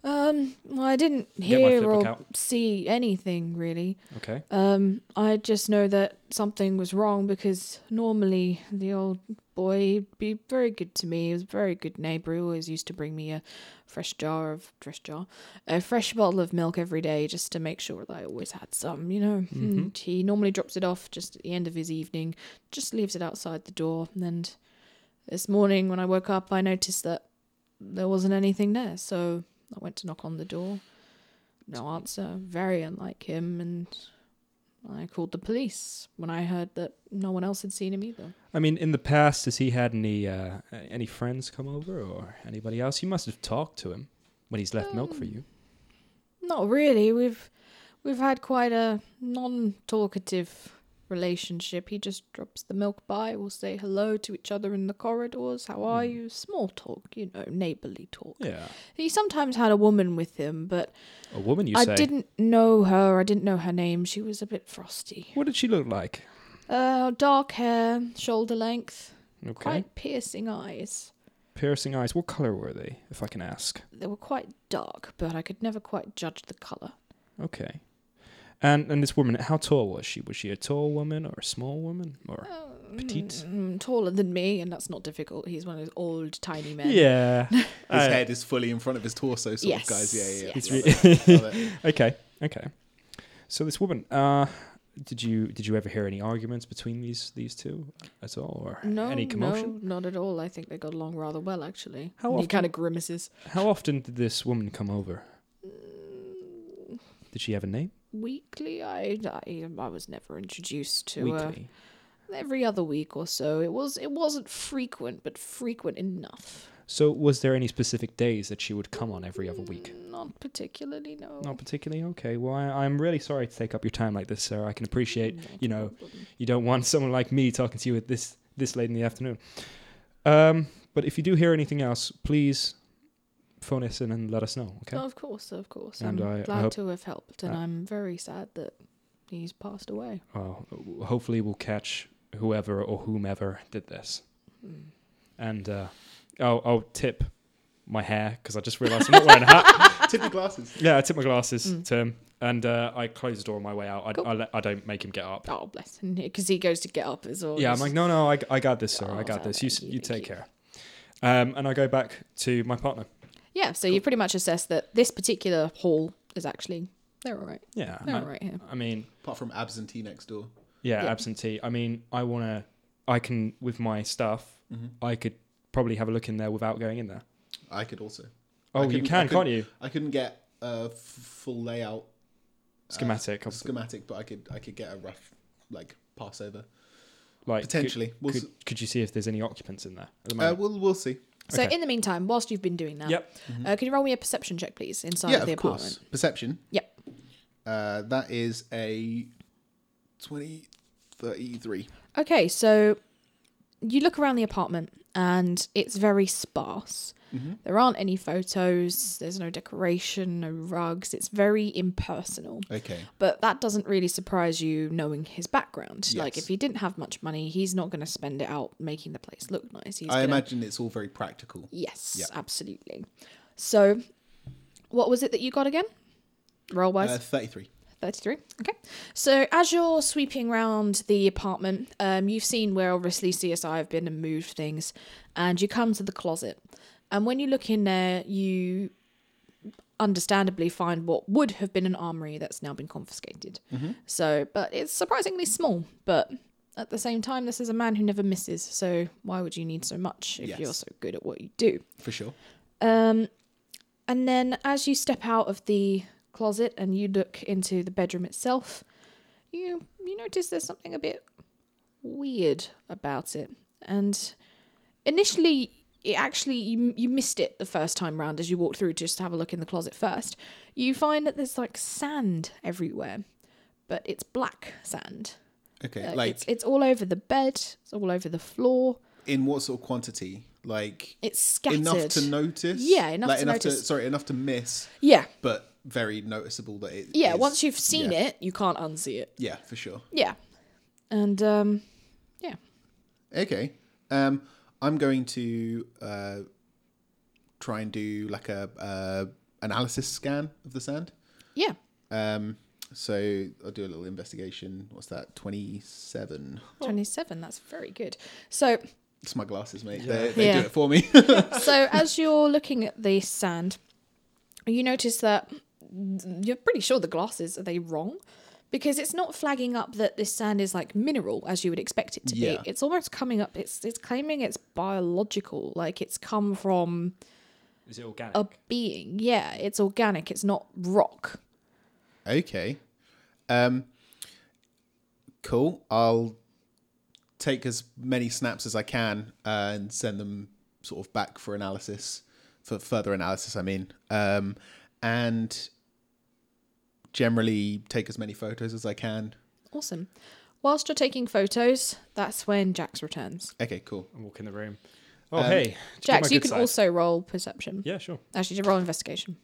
Um. Well, I didn't
Get my
hear
flipbook
or
out.
see anything really.
Okay.
Um. I just know that something was wrong because normally the old boy he'd be very good to me. He was a very good neighbor. He always used to bring me a fresh jar of fresh jar, a fresh bottle of milk every day just to make sure that I always had some. You know. And he normally drops it off just at the end of his evening, just leaves it outside the door. And this morning when I woke up, I noticed that there wasn't anything there. So I went to knock on the door. No answer. Very unlike him. And I called the police when I heard that no one else had seen him either.
I mean, in the past, has he had any uh, any friends come over or anybody else? You must have talked to him when he's left milk for you.
Not really. We've we've had quite a non-talkative relationship. He just drops the milk by. We'll say hello to each other in the corridors. How are
Hmm.
you? Small talk, you know, neighborly talk.
Yeah,
He sometimes had a woman with him, but
a woman. You
I
say.
didn't know her. I didn't know her name. She was a bit frosty.
What did she look like?
Uh, dark hair, shoulder length,
Okay.
quite piercing eyes.
Piercing eyes. What color were they, if I can ask?
They were quite dark, but I could never quite judge the color.
Okay. And and this woman, how tall was she? Was she a tall woman or a small woman
Oh,
or petite?
Mm, taller than me, and that's not difficult. He's one of those old, tiny men.
Yeah.
His
I-
head is fully in front of his torso, sort
Yes,
of guys. Yeah, yeah.
yes.
yeah. Love it, love it.
Okay. Okay. So this woman, uh, did you did you ever hear any arguments between these these two at all, or
No,
any commotion?
no, not at all. I think they got along rather well, actually.
How
And he
often-
kind of grimaces.
How often did this woman come over? Did she have a name?
Weekly, I, I, I was never introduced to her.
Weekly.
Every other week or so. It was, it wasn't frequent, but frequent enough.
So was there any specific days that she would come on every other week?
Mm, Not particularly, no.
Not particularly. Okay. Well, I, I'm really sorry to take up your time like this, sir. I can appreciate, you know, you don't want someone like me talking to you at this this late in the afternoon. Um, but if you do hear anything else, please phone us in and let us know. Okay.
No, of course, of course.
And
I'm
I- I
glad
hope-
to have helped, and
uh,
I'm very sad that he's passed away.
Well, hopefully we'll catch whoever or whomever did this.
Mm.
And uh, I'll, I'll tip my hair because I just realised I'm not wearing a hat.
Tip your glasses.
Yeah, I tip my glasses
Mm.
to him. And uh, I close the door on my way out. I,
Cool.
I, let, I don't make him get up.
Oh, bless him, because he goes to get up as well.
Yeah, I'm
Just-
like, no, no, I, I got this, sir.
Oh,
I got this. You, s-
thank you,
you
thank
take
you.
care. Um, and I go back to my partner.
Yeah, so you pretty much assess that this particular hall is actually they're all right.
Yeah.
They're
I,
all right here.
I mean,
Apart from absentee next door.
yeah,
Yeah.
absentee. I mean, I want to, I can, with my stuff,
Mm-hmm.
I could probably have a look in there without going in there.
I could also. I
Oh, you
couldn't- I
can,
couldn't-
can't you?
I couldn't get a f- full layout
Uh, Schematic of
schematic, but I could I could get a rough like passover
like could-
potentially. We'll,
Could,
s-
could you see if there's any occupants in there? At the
uh,
moment?
we'll we'll see.
So
Okay.
in the meantime, whilst you've been doing that,
Yep.
uh, can you roll me a perception check, please, inside
Mm-hmm. yeah,
of the
of
apartment?
course. Perception.
Yep.
Uh, that is a twenty thirty three.
Okay, so you look around the apartment and it's very sparse.
Mm-hmm.
There aren't any photos. There's no decoration, no rugs. It's very impersonal.
Okay.
But that doesn't really surprise you knowing his background. Like,
Yes.
if he didn't have much money, he's not going to spend it out making the place look nice. He's
I
gonna-
imagine it's all very practical.
Yes,
Yeah.
absolutely. So, what was it that you got again? Roll wise,
Uh, thirty three.
33. Okay. So, as you're sweeping round the apartment, um, you've seen where obviously CSI have been and moved things, and you come to the closet. And when you look in there, you understandably find what would have been an armory that's now been confiscated.
Mm-hmm.
So, but it's surprisingly small, but. At the same time, this is a man who never misses, so why would you need so much if
Yes.
you're so good at what you do?
For sure.
Um, and then as you step out of the closet and you look into the bedroom itself, you you notice there's something a bit weird about it. And initially, it actually you, you missed it the first time round as you walked through just to have a look in the closet first. You find that there's like sand everywhere, but it's black sand.
Okay.
Like,
like
Uh, it's it's all over the bed, it's all over the floor.
in what sort of quantity? Like
It's scattered.
enough to notice.
Yeah, enough
like,
to
enough To,
notice.
sorry, enough to miss,
yeah.
but very noticeable that it.
Yeah,
is-
once you've seen
yeah.
it, you can't unsee it.
Yeah, for sure.
Yeah. And um yeah.
Okay. Um, I'm going to uh, try and do like a uh, analysis scan of the sand.
Yeah.
Um, so I'll do a little investigation. What's that? Twenty-seven.
27, that's very good. So
It's my glasses, mate. They, they
Yeah.
do it for me.
so as you're looking at the sand, you notice that you're pretty sure the glasses are they wrong? Because it's not flagging up that this sand is like mineral as you would expect it to
Yeah.
be. It's almost coming up it's it's claiming it's biological, like it's come from
Is it organic?
a being. Yeah, it's organic, it's not rock.
okay. Um, cool. I'll take as many snaps as I can uh, and send them sort of back for analysis, for further analysis, I mean. Um, and generally take as many photos as I can.
Awesome. Whilst you're taking photos, that's when Jax returns.
Okay, cool.
and walk in the room.
Um,
Oh, hey. did get my
Jax, you
good
can
side?
also roll perception.
Yeah, sure.
Actually, just roll investigation.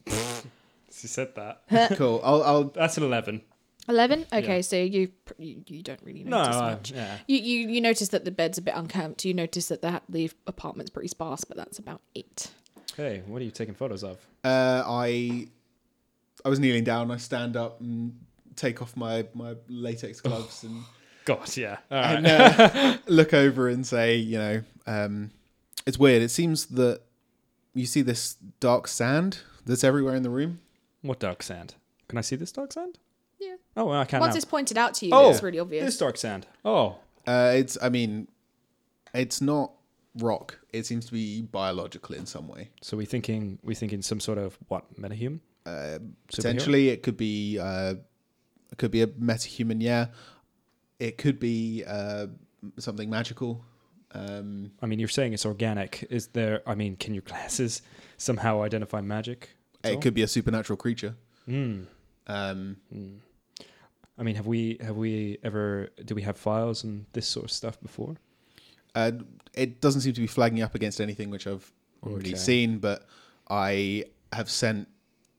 She said that.
cool. I'll, I'll
That's an 11.
11? Okay,
Yeah.
so you, pr- you you don't really
No,
notice
I,
much.
yeah.
You, you you notice that the bed's a bit unkempt. You notice that the, ha- the apartment's pretty sparse, but that's about it.
Hey, what are you taking photos of?
Uh, I I was kneeling down. I stand up and take off my my latex gloves and,
God, yeah. Oh. All right.
and uh, look over and say, you know, um, it's weird. It seems that you see this dark sand that's everywhere in the room.
What dark sand? Can I see this dark sand?
Yeah.
Oh, I can
Once
now.
it's pointed out to you,
Oh,
it's really obvious.
This dark sand. Oh,
Uh, it's I mean, it's not rock. It seems to be biological in some way.
so we thinking we thinking some sort of what metahuman?
Uh,
Superhero?
potentially, it could be uh, it could be a metahuman. Yeah, it could be uh, something magical. Um,
I mean, you're saying it's organic. Is there? I mean, can your glasses somehow identify magic? at all?
it could be a supernatural creature.
Mm.
Um,
I mean, have we have we ever? Do we have files and this sort of stuff before?
uh, it doesn't seem to be flagging up against anything which I've already
Okay.
seen, but I have sent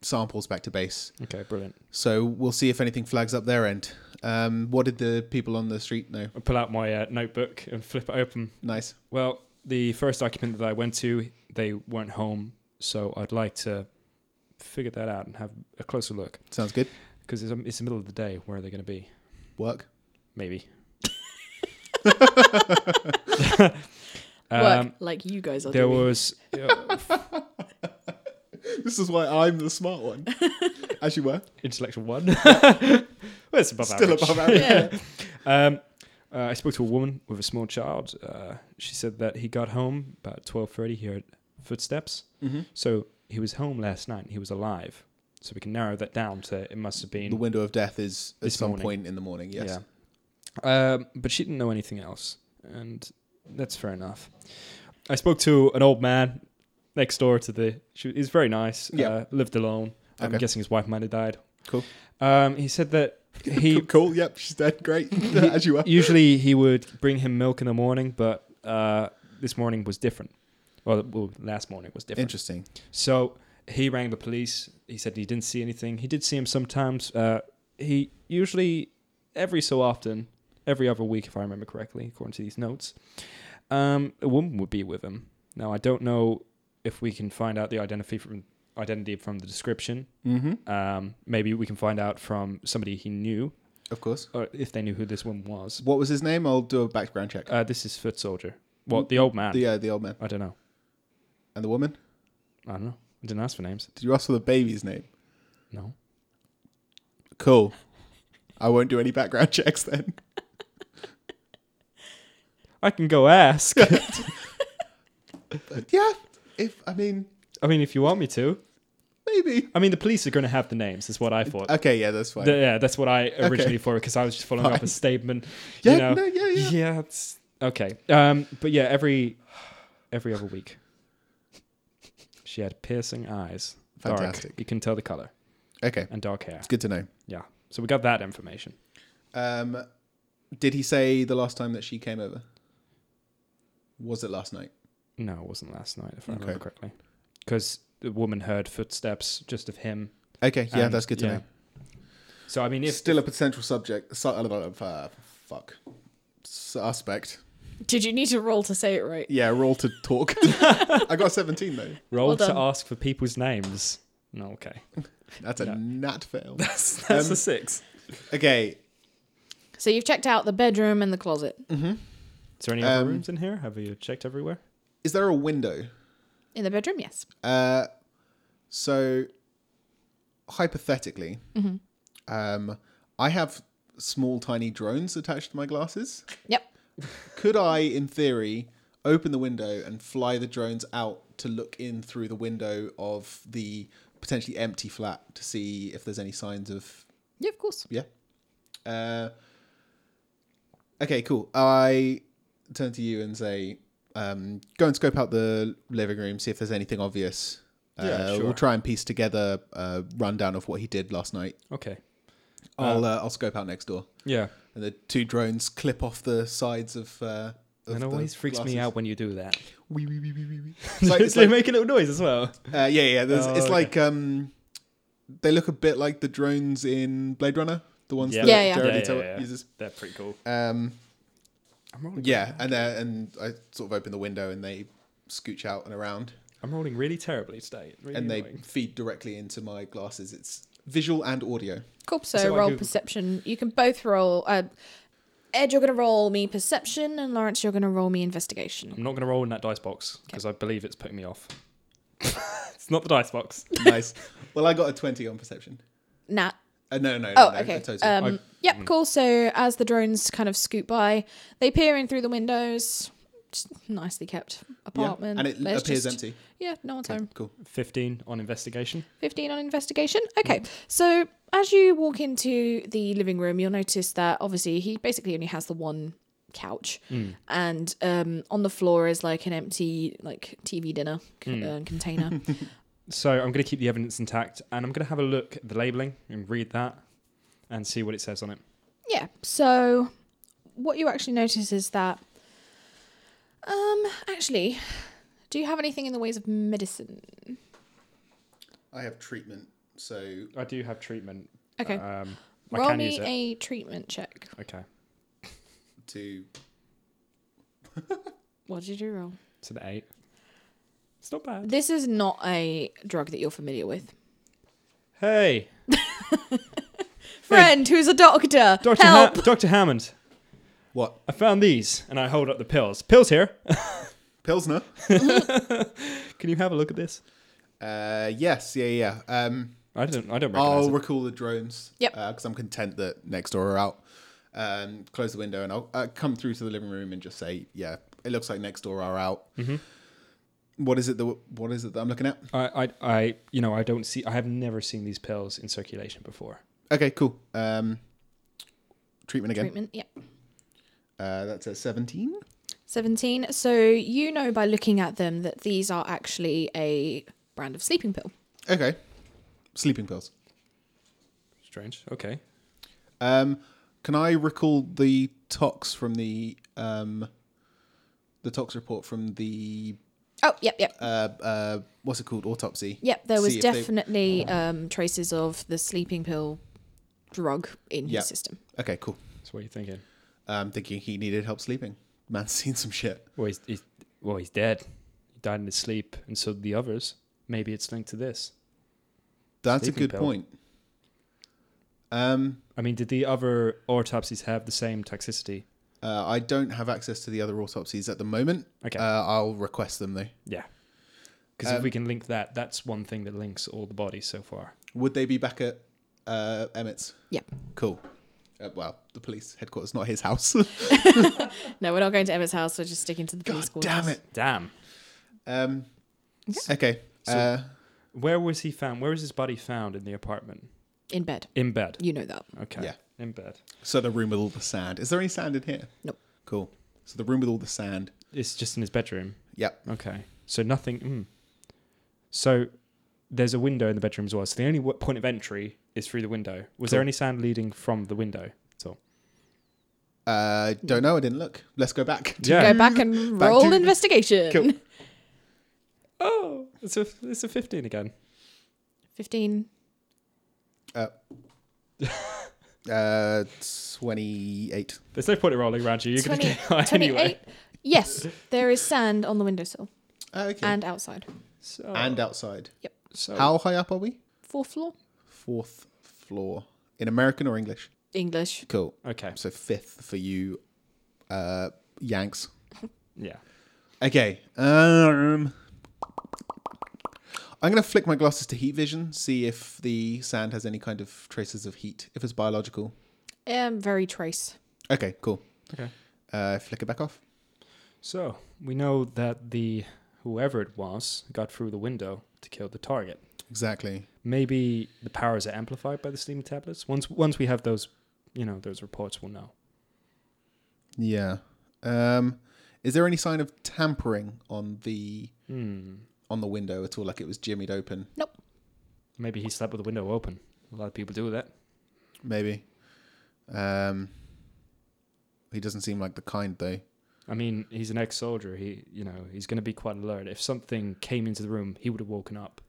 samples back to base,
Okay, brilliant.
so we'll see if anything flags up their end. Um, what did the people on the street know?
I pull out my uh, notebook and flip it open.
Nice.
Well, the first occupant that I went to, they weren't home, so I'd like to figure that out and have a closer look
Sounds good.
because it's, um, it's the middle of the day. Where are they going to be?
Work.
Maybe.
Work
um,
like you guys are
there
doing.
was uh,
This is why I'm the smart one. As you were.
intellectual one. well, it's above
Still
average.
above average.
Yeah.
Um, uh, I spoke to a woman with a small child. Uh, she said that he got home about twelve thirty. He heard footsteps,
mm-hmm.
so he was home last night. and He was alive, so we can narrow that down to it must have been
The window of death is at
This
some
morning.
point in the morning.
Yeah.
Yes.
Um, but she didn't know anything else, and that's fair enough. I spoke to an old man next door to the. She, he's very nice.
Yeah.
Uh, lived alone. I'm
Okay.
guessing his wife might have died.
Cool.
Um, he said that he
cool. Yep. She's dead. Great. As you were.
usually he would bring him milk in the morning, but uh, this morning was different. Well, well, last morning was different.
Interesting.
So he rang the police. He said he didn't see anything. He did see him sometimes. Uh, he usually, every so often, every other week, if I remember correctly, according to these notes, um, a woman would be with him. Now I don't know if we can find out the identity from identity from the description.
Mm-hmm.
Um, maybe we can find out from somebody he knew,
Of course.
or if they knew who this woman was.
What was his name? I'll do a background check.
Uh, this is Foot Soldier. What the old man?
the uh, the old man
I don't know.
and the woman.
I don't know. I didn't ask for names.
Did you ask for the baby's name?
No.
Cool. I won't do any background checks then.
I can go ask.
But yeah. If I mean,
I mean, if you want me to.
maybe.
I mean, the police are going to have the names. Is what I thought.
Okay. Yeah. That's fine.
Th- yeah, that's what I originally thought because I was just following up a
Fine.
statement.
yeah,
you know.
no, yeah. Yeah.
yeah. it's, okay. Um, but yeah, every every other week, she had piercing eyes. Dark.
Fantastic.
You can tell the color
Okay.
and dark hair.
It's good to know.
Yeah. So we got that information.
Um, did he say the last time that she came over? Was it last night?
No, it wasn't last night, if I
Okay.
remember correctly. Because the woman heard footsteps just of him.
Okay, yeah,
And,
that's good to
yeah.
know.
So, I mean, if.
Still a potential subject. Su- uh, fuck. Suspect.
Did you need to roll to say it right?
Yeah, roll to talk. I got 17 though.
Roll
Well
to
done.
ask for people's names. No, okay.
That's a
Yeah.
nat fail.
That's, that's
Um,
a six.
Okay,
So you've checked out the bedroom and the closet
Is there any other
um,
rooms in here? Have you checked everywhere?
is there a window?
in the bedroom. Yes.
Uh, so, hypothetically, um, I have small, tiny drones attached to my glasses.
Yep.
Could I, in theory, open the window and fly the drones out to look in through the window of the potentially empty flat to see if there's any signs of
Yeah, of course.
yeah. Uh, okay, cool. I turn to you and say, um, "Go and scope out the living room, see if there's anything obvious." Uh,
Yeah, sure.
We'll try and piece together a rundown of what he did last night.
Okay.
I'll uh, I'll scope out next door,
Yeah.
and the two drones clip off the sides of. Uh, of
And
the
always freaks me
glasses.
out when you do that.
Wee, wee, wee, wee, wee, wee. It's
So
like- it's
they
like-
make a little noise as well.
uh, yeah, yeah. There's,
Oh,
it's
okay.
like um, they look a bit like the drones in Blade Runner, the ones
Yeah.
that
Yeah, yeah.
Jared
Yeah,
Leto
yeah, yeah.
uses.
They're pretty cool.
Um,
I'm rolling.
yeah, and uh, and I sort of open the window and they scooch out and around,
I'm rolling really terribly today. It's Really
and they
annoying.
feed directly into my glasses. It's visual and audio.
Cool. So,
So I
roll
Google-
perception. You can both roll. Uh, Ed, you're going to roll me perception, and Lawrence, you're going to roll me investigation.
I'm not going to roll in that dice box because I believe it's putting me off. it's not the dice box.
Nice. well, I got a twenty on perception.
Nat.
Uh, no, no, no,
Oh,
no,
okay.
a total.
Um, yep, cool. So as the drones kind of scoot by, they peer in through the windows. Just nicely kept
Yeah,
apartment.
and it
There's
appears
just-
empty.
Yeah, no one's home.
Cool.
15 on investigation.
15 on investigation.
Mm.
Okay. So as you walk into the living room, you'll notice that obviously he basically only has the one couch
Mm.
and um, on the floor is like an empty like TV dinner c-
Mm.
uh, container.
So I'm going to keep the evidence intact and I'm going to have a look at the labeling and read that and see what it says on it.
Yeah. So what you actually notice is that um actually do you have anything in the ways of medicine?
I have treatment, so
I do have treatment.
Okay.
Um, I
Roll
can
me
use it.
a treatment check.
okay.
to
What did you roll?
So the 8. It's not bad.
This is not a drug that you're familiar with.
Hey,
Friend who's a doctor.
Dr. Ha-
Help.
Dr. Hammond,
what
I found these and I hold up the pills. Pills here.
Pilsner?
Can you have a look at this?
Uh, yes, yeah, yeah. Um,
I don't I don't recognize
I'll
it.
recall the drones.
Yep.
Because I'm content that next door are out. Um, close the window and I'll uh, come through to the living room and just say, yeah, it looks like next door are out.
Mm-hmm.
What is it that what is it that I'm looking at?
I, I, I, you know, I don't see. I have never seen these pills in circulation before.
Okay, cool. Um, treatment again.
Treatment. Yep.
Uh, that's a 17.
17. So you know by looking at them that these are actually a brand of sleeping pill.
Okay, sleeping pills.
Strange. Okay.
Um, can I recall the tox from the um, the tox report from the
Oh, yep, yep.
uh, uh, what's it called autopsy?
Yep, there was
See if they-
definitely um, traces of the sleeping pill drug in
Yep.
his system.
Okay, cool.
That's what you're thinking.
um, thinking he needed help sleeping. Man's seen some shit.
Well, he's, he's well, he's dead. He died in his sleep, and so did the others. Maybe it's linked to this.
That's
Sleeping
a good
pill.
point. Um,
I mean, did the other autopsies have the same toxicity?
uh, I don't have access to the other autopsies at the moment.
Okay.
Uh, I'll request them though.
Yeah. Because
Um,
if we can link that, that's one thing that links all the bodies so far.
Would they be back at uh, Emmett's?
Yep.
Cool. Uh, well, the police headquarters, not his house.
No, we're not going to Emma's house. We're just sticking to the
God
police quarters.
damn it.
Damn.
Um, okay. uh,
Where was he found? Where was his body found in the apartment?
In bed.
In bed.
You know that.
Okay.
Yeah.
In bed.
so the room with all the sand. Is there any sand in here?
Nope.
Cool. So the room with all the sand.
It's just in his bedroom.
Yep.
Okay. So nothing. Mm. So there's a window in the bedroom as well. So the only w- point of entry is through the window. Was there
Cool.
any sound leading from the window? So
Uh, don't know. I didn't look. Let's go back.
yeah.
Go back and
Back
roll
to-
investigation.
Cool.
Oh, it's a it's a fifteen again.
15.
Uh, twenty-eight.
There's no point in rolling around you. You're going to
20
get high
28.
anyway.
Yes, there is sand on the windowsill
Oh, okay.
and outside.
So,
and outside.
so
How high up are we?
Fourth floor?
Fourth floor. In American or English?
English.
Cool.
Okay.
So fifth for you, uh, Yanks.
Yeah.
Okay. Um, I'm gonna flick my glasses to heat vision, see if the sand has any kind of traces of heat, if it's biological.
Um, very trace.
Okay, cool.
Okay.
Uh, flick it back off.
So we know that the whoever it was got through the window to kill the target.
Exactly.
Maybe the powers are amplified by the steam tablets. Once once we have those, you know, those reports, we'll know.
Yeah. Um, Is there any sign of tampering on the
Hmm,
on the window at all? Like it was jimmied open,
Nope.
Maybe he slept with the window open. A lot of people do that.
maybe. Um, he doesn't seem like the kind though.
I mean, he's an ex-soldier. He, you know, he's going to be quite alert. If something came into the room, he would have woken up.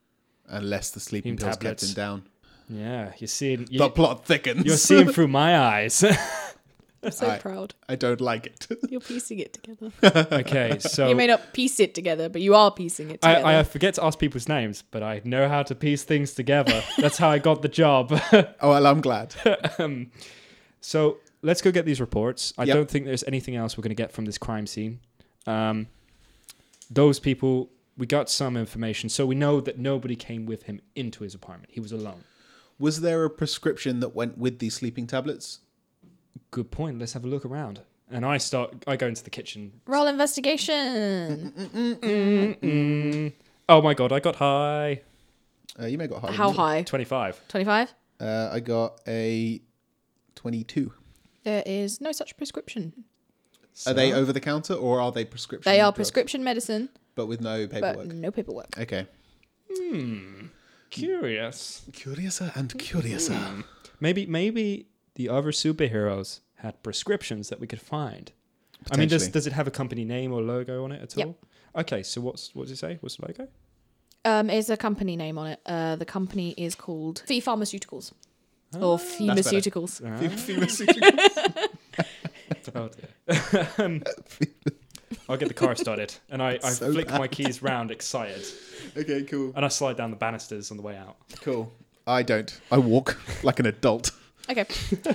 Unless the sleeping
Even
pills kept
tablets.
him down.
Yeah, you're seeing.
the
You,
plot thickens.
you're seeing through my eyes.
I'm so
Alright.
proud.
I don't like it.
You're piecing it together.
okay, so
you may not piece it together, but you are piecing it together.
I, I forget to ask people's names, but I know how to piece things together. That's how I got the job.
oh well, I'm glad.
um, so let's go get these reports. I
Yep.
don't think there's anything else we're going to get from this crime scene. Um, those people, we got some information, so we know that nobody came with him into his apartment. He was alone.
Was there a prescription that went with these sleeping tablets?
Good point. Let's have a look around. And I start. I go into the kitchen.
Roll investigation. Mm-hmm.
Mm. Oh my god! I got high.
Uh, you may have got
How high?
Twenty-five.
25?
Uh, I got a twenty-two.
There is no such prescription.
Are they over the counter or are they prescription?
They are
drugs,
prescription medicine,
but with no
but
paperwork.
no paperwork.
Okay.
curious?
Curiouser and curiouser.
Maybe maybe the other superheroes had prescriptions that we could find. I mean, does
Potentially.
does it have a company name or logo on it at
Yep.
all? Okay, so what's what does it say? What's the logo?
Um, is a company name on it. Uh, the company is called Fee Pharmaceuticals or Fee
Oh, That's better.
Pharmaceuticals.
Oh, dear. um, I'll get the car started, and I, I
So
flick my keys round, excited,
okay, cool.
and I slide down the banisters on the way out.
Cool. I don't. I walk like an adult.
Okay,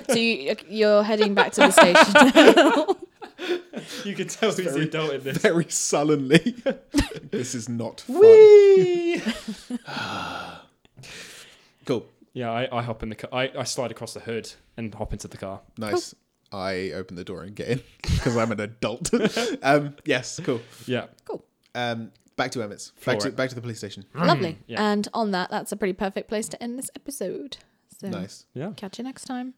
so you, you're heading back to the station.
You can tell who's the
very-
adult in this.
Very sullenly. this is not fun. Cool.
yeah, I, I hop in the car. I, I slide across the hood and hop into the car.
Nice. I open the door and get in because I'm an adult. um, yes, cool.
Yeah.
cool,
Um, back to Emmett's. Back
Floor
to
it.
back to the police station.
lovely.
Yeah.
And on that, that's a pretty perfect place to end this episode. So
Nice.
Yeah.
catch you next time.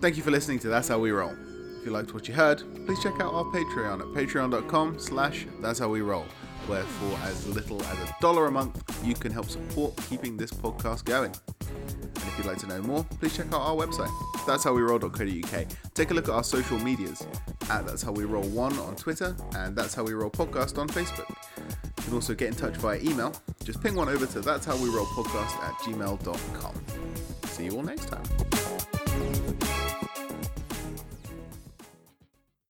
Thank you for listening to That's How We Roll. If you liked what you heard, please check out our Patreon at patreon.com slash that's how we roll, where for as little as a dollar a month, you can help support keeping this podcast going. And if you'd like to know more, please check out our website, that's how we roll.co.uk. Take a look at our social medias at that's how we roll one on Twitter and that's how we roll podcast on Facebook. You can also get in touch via email. Just ping one over to that's how we roll podcast at gmail.com. See you all next time.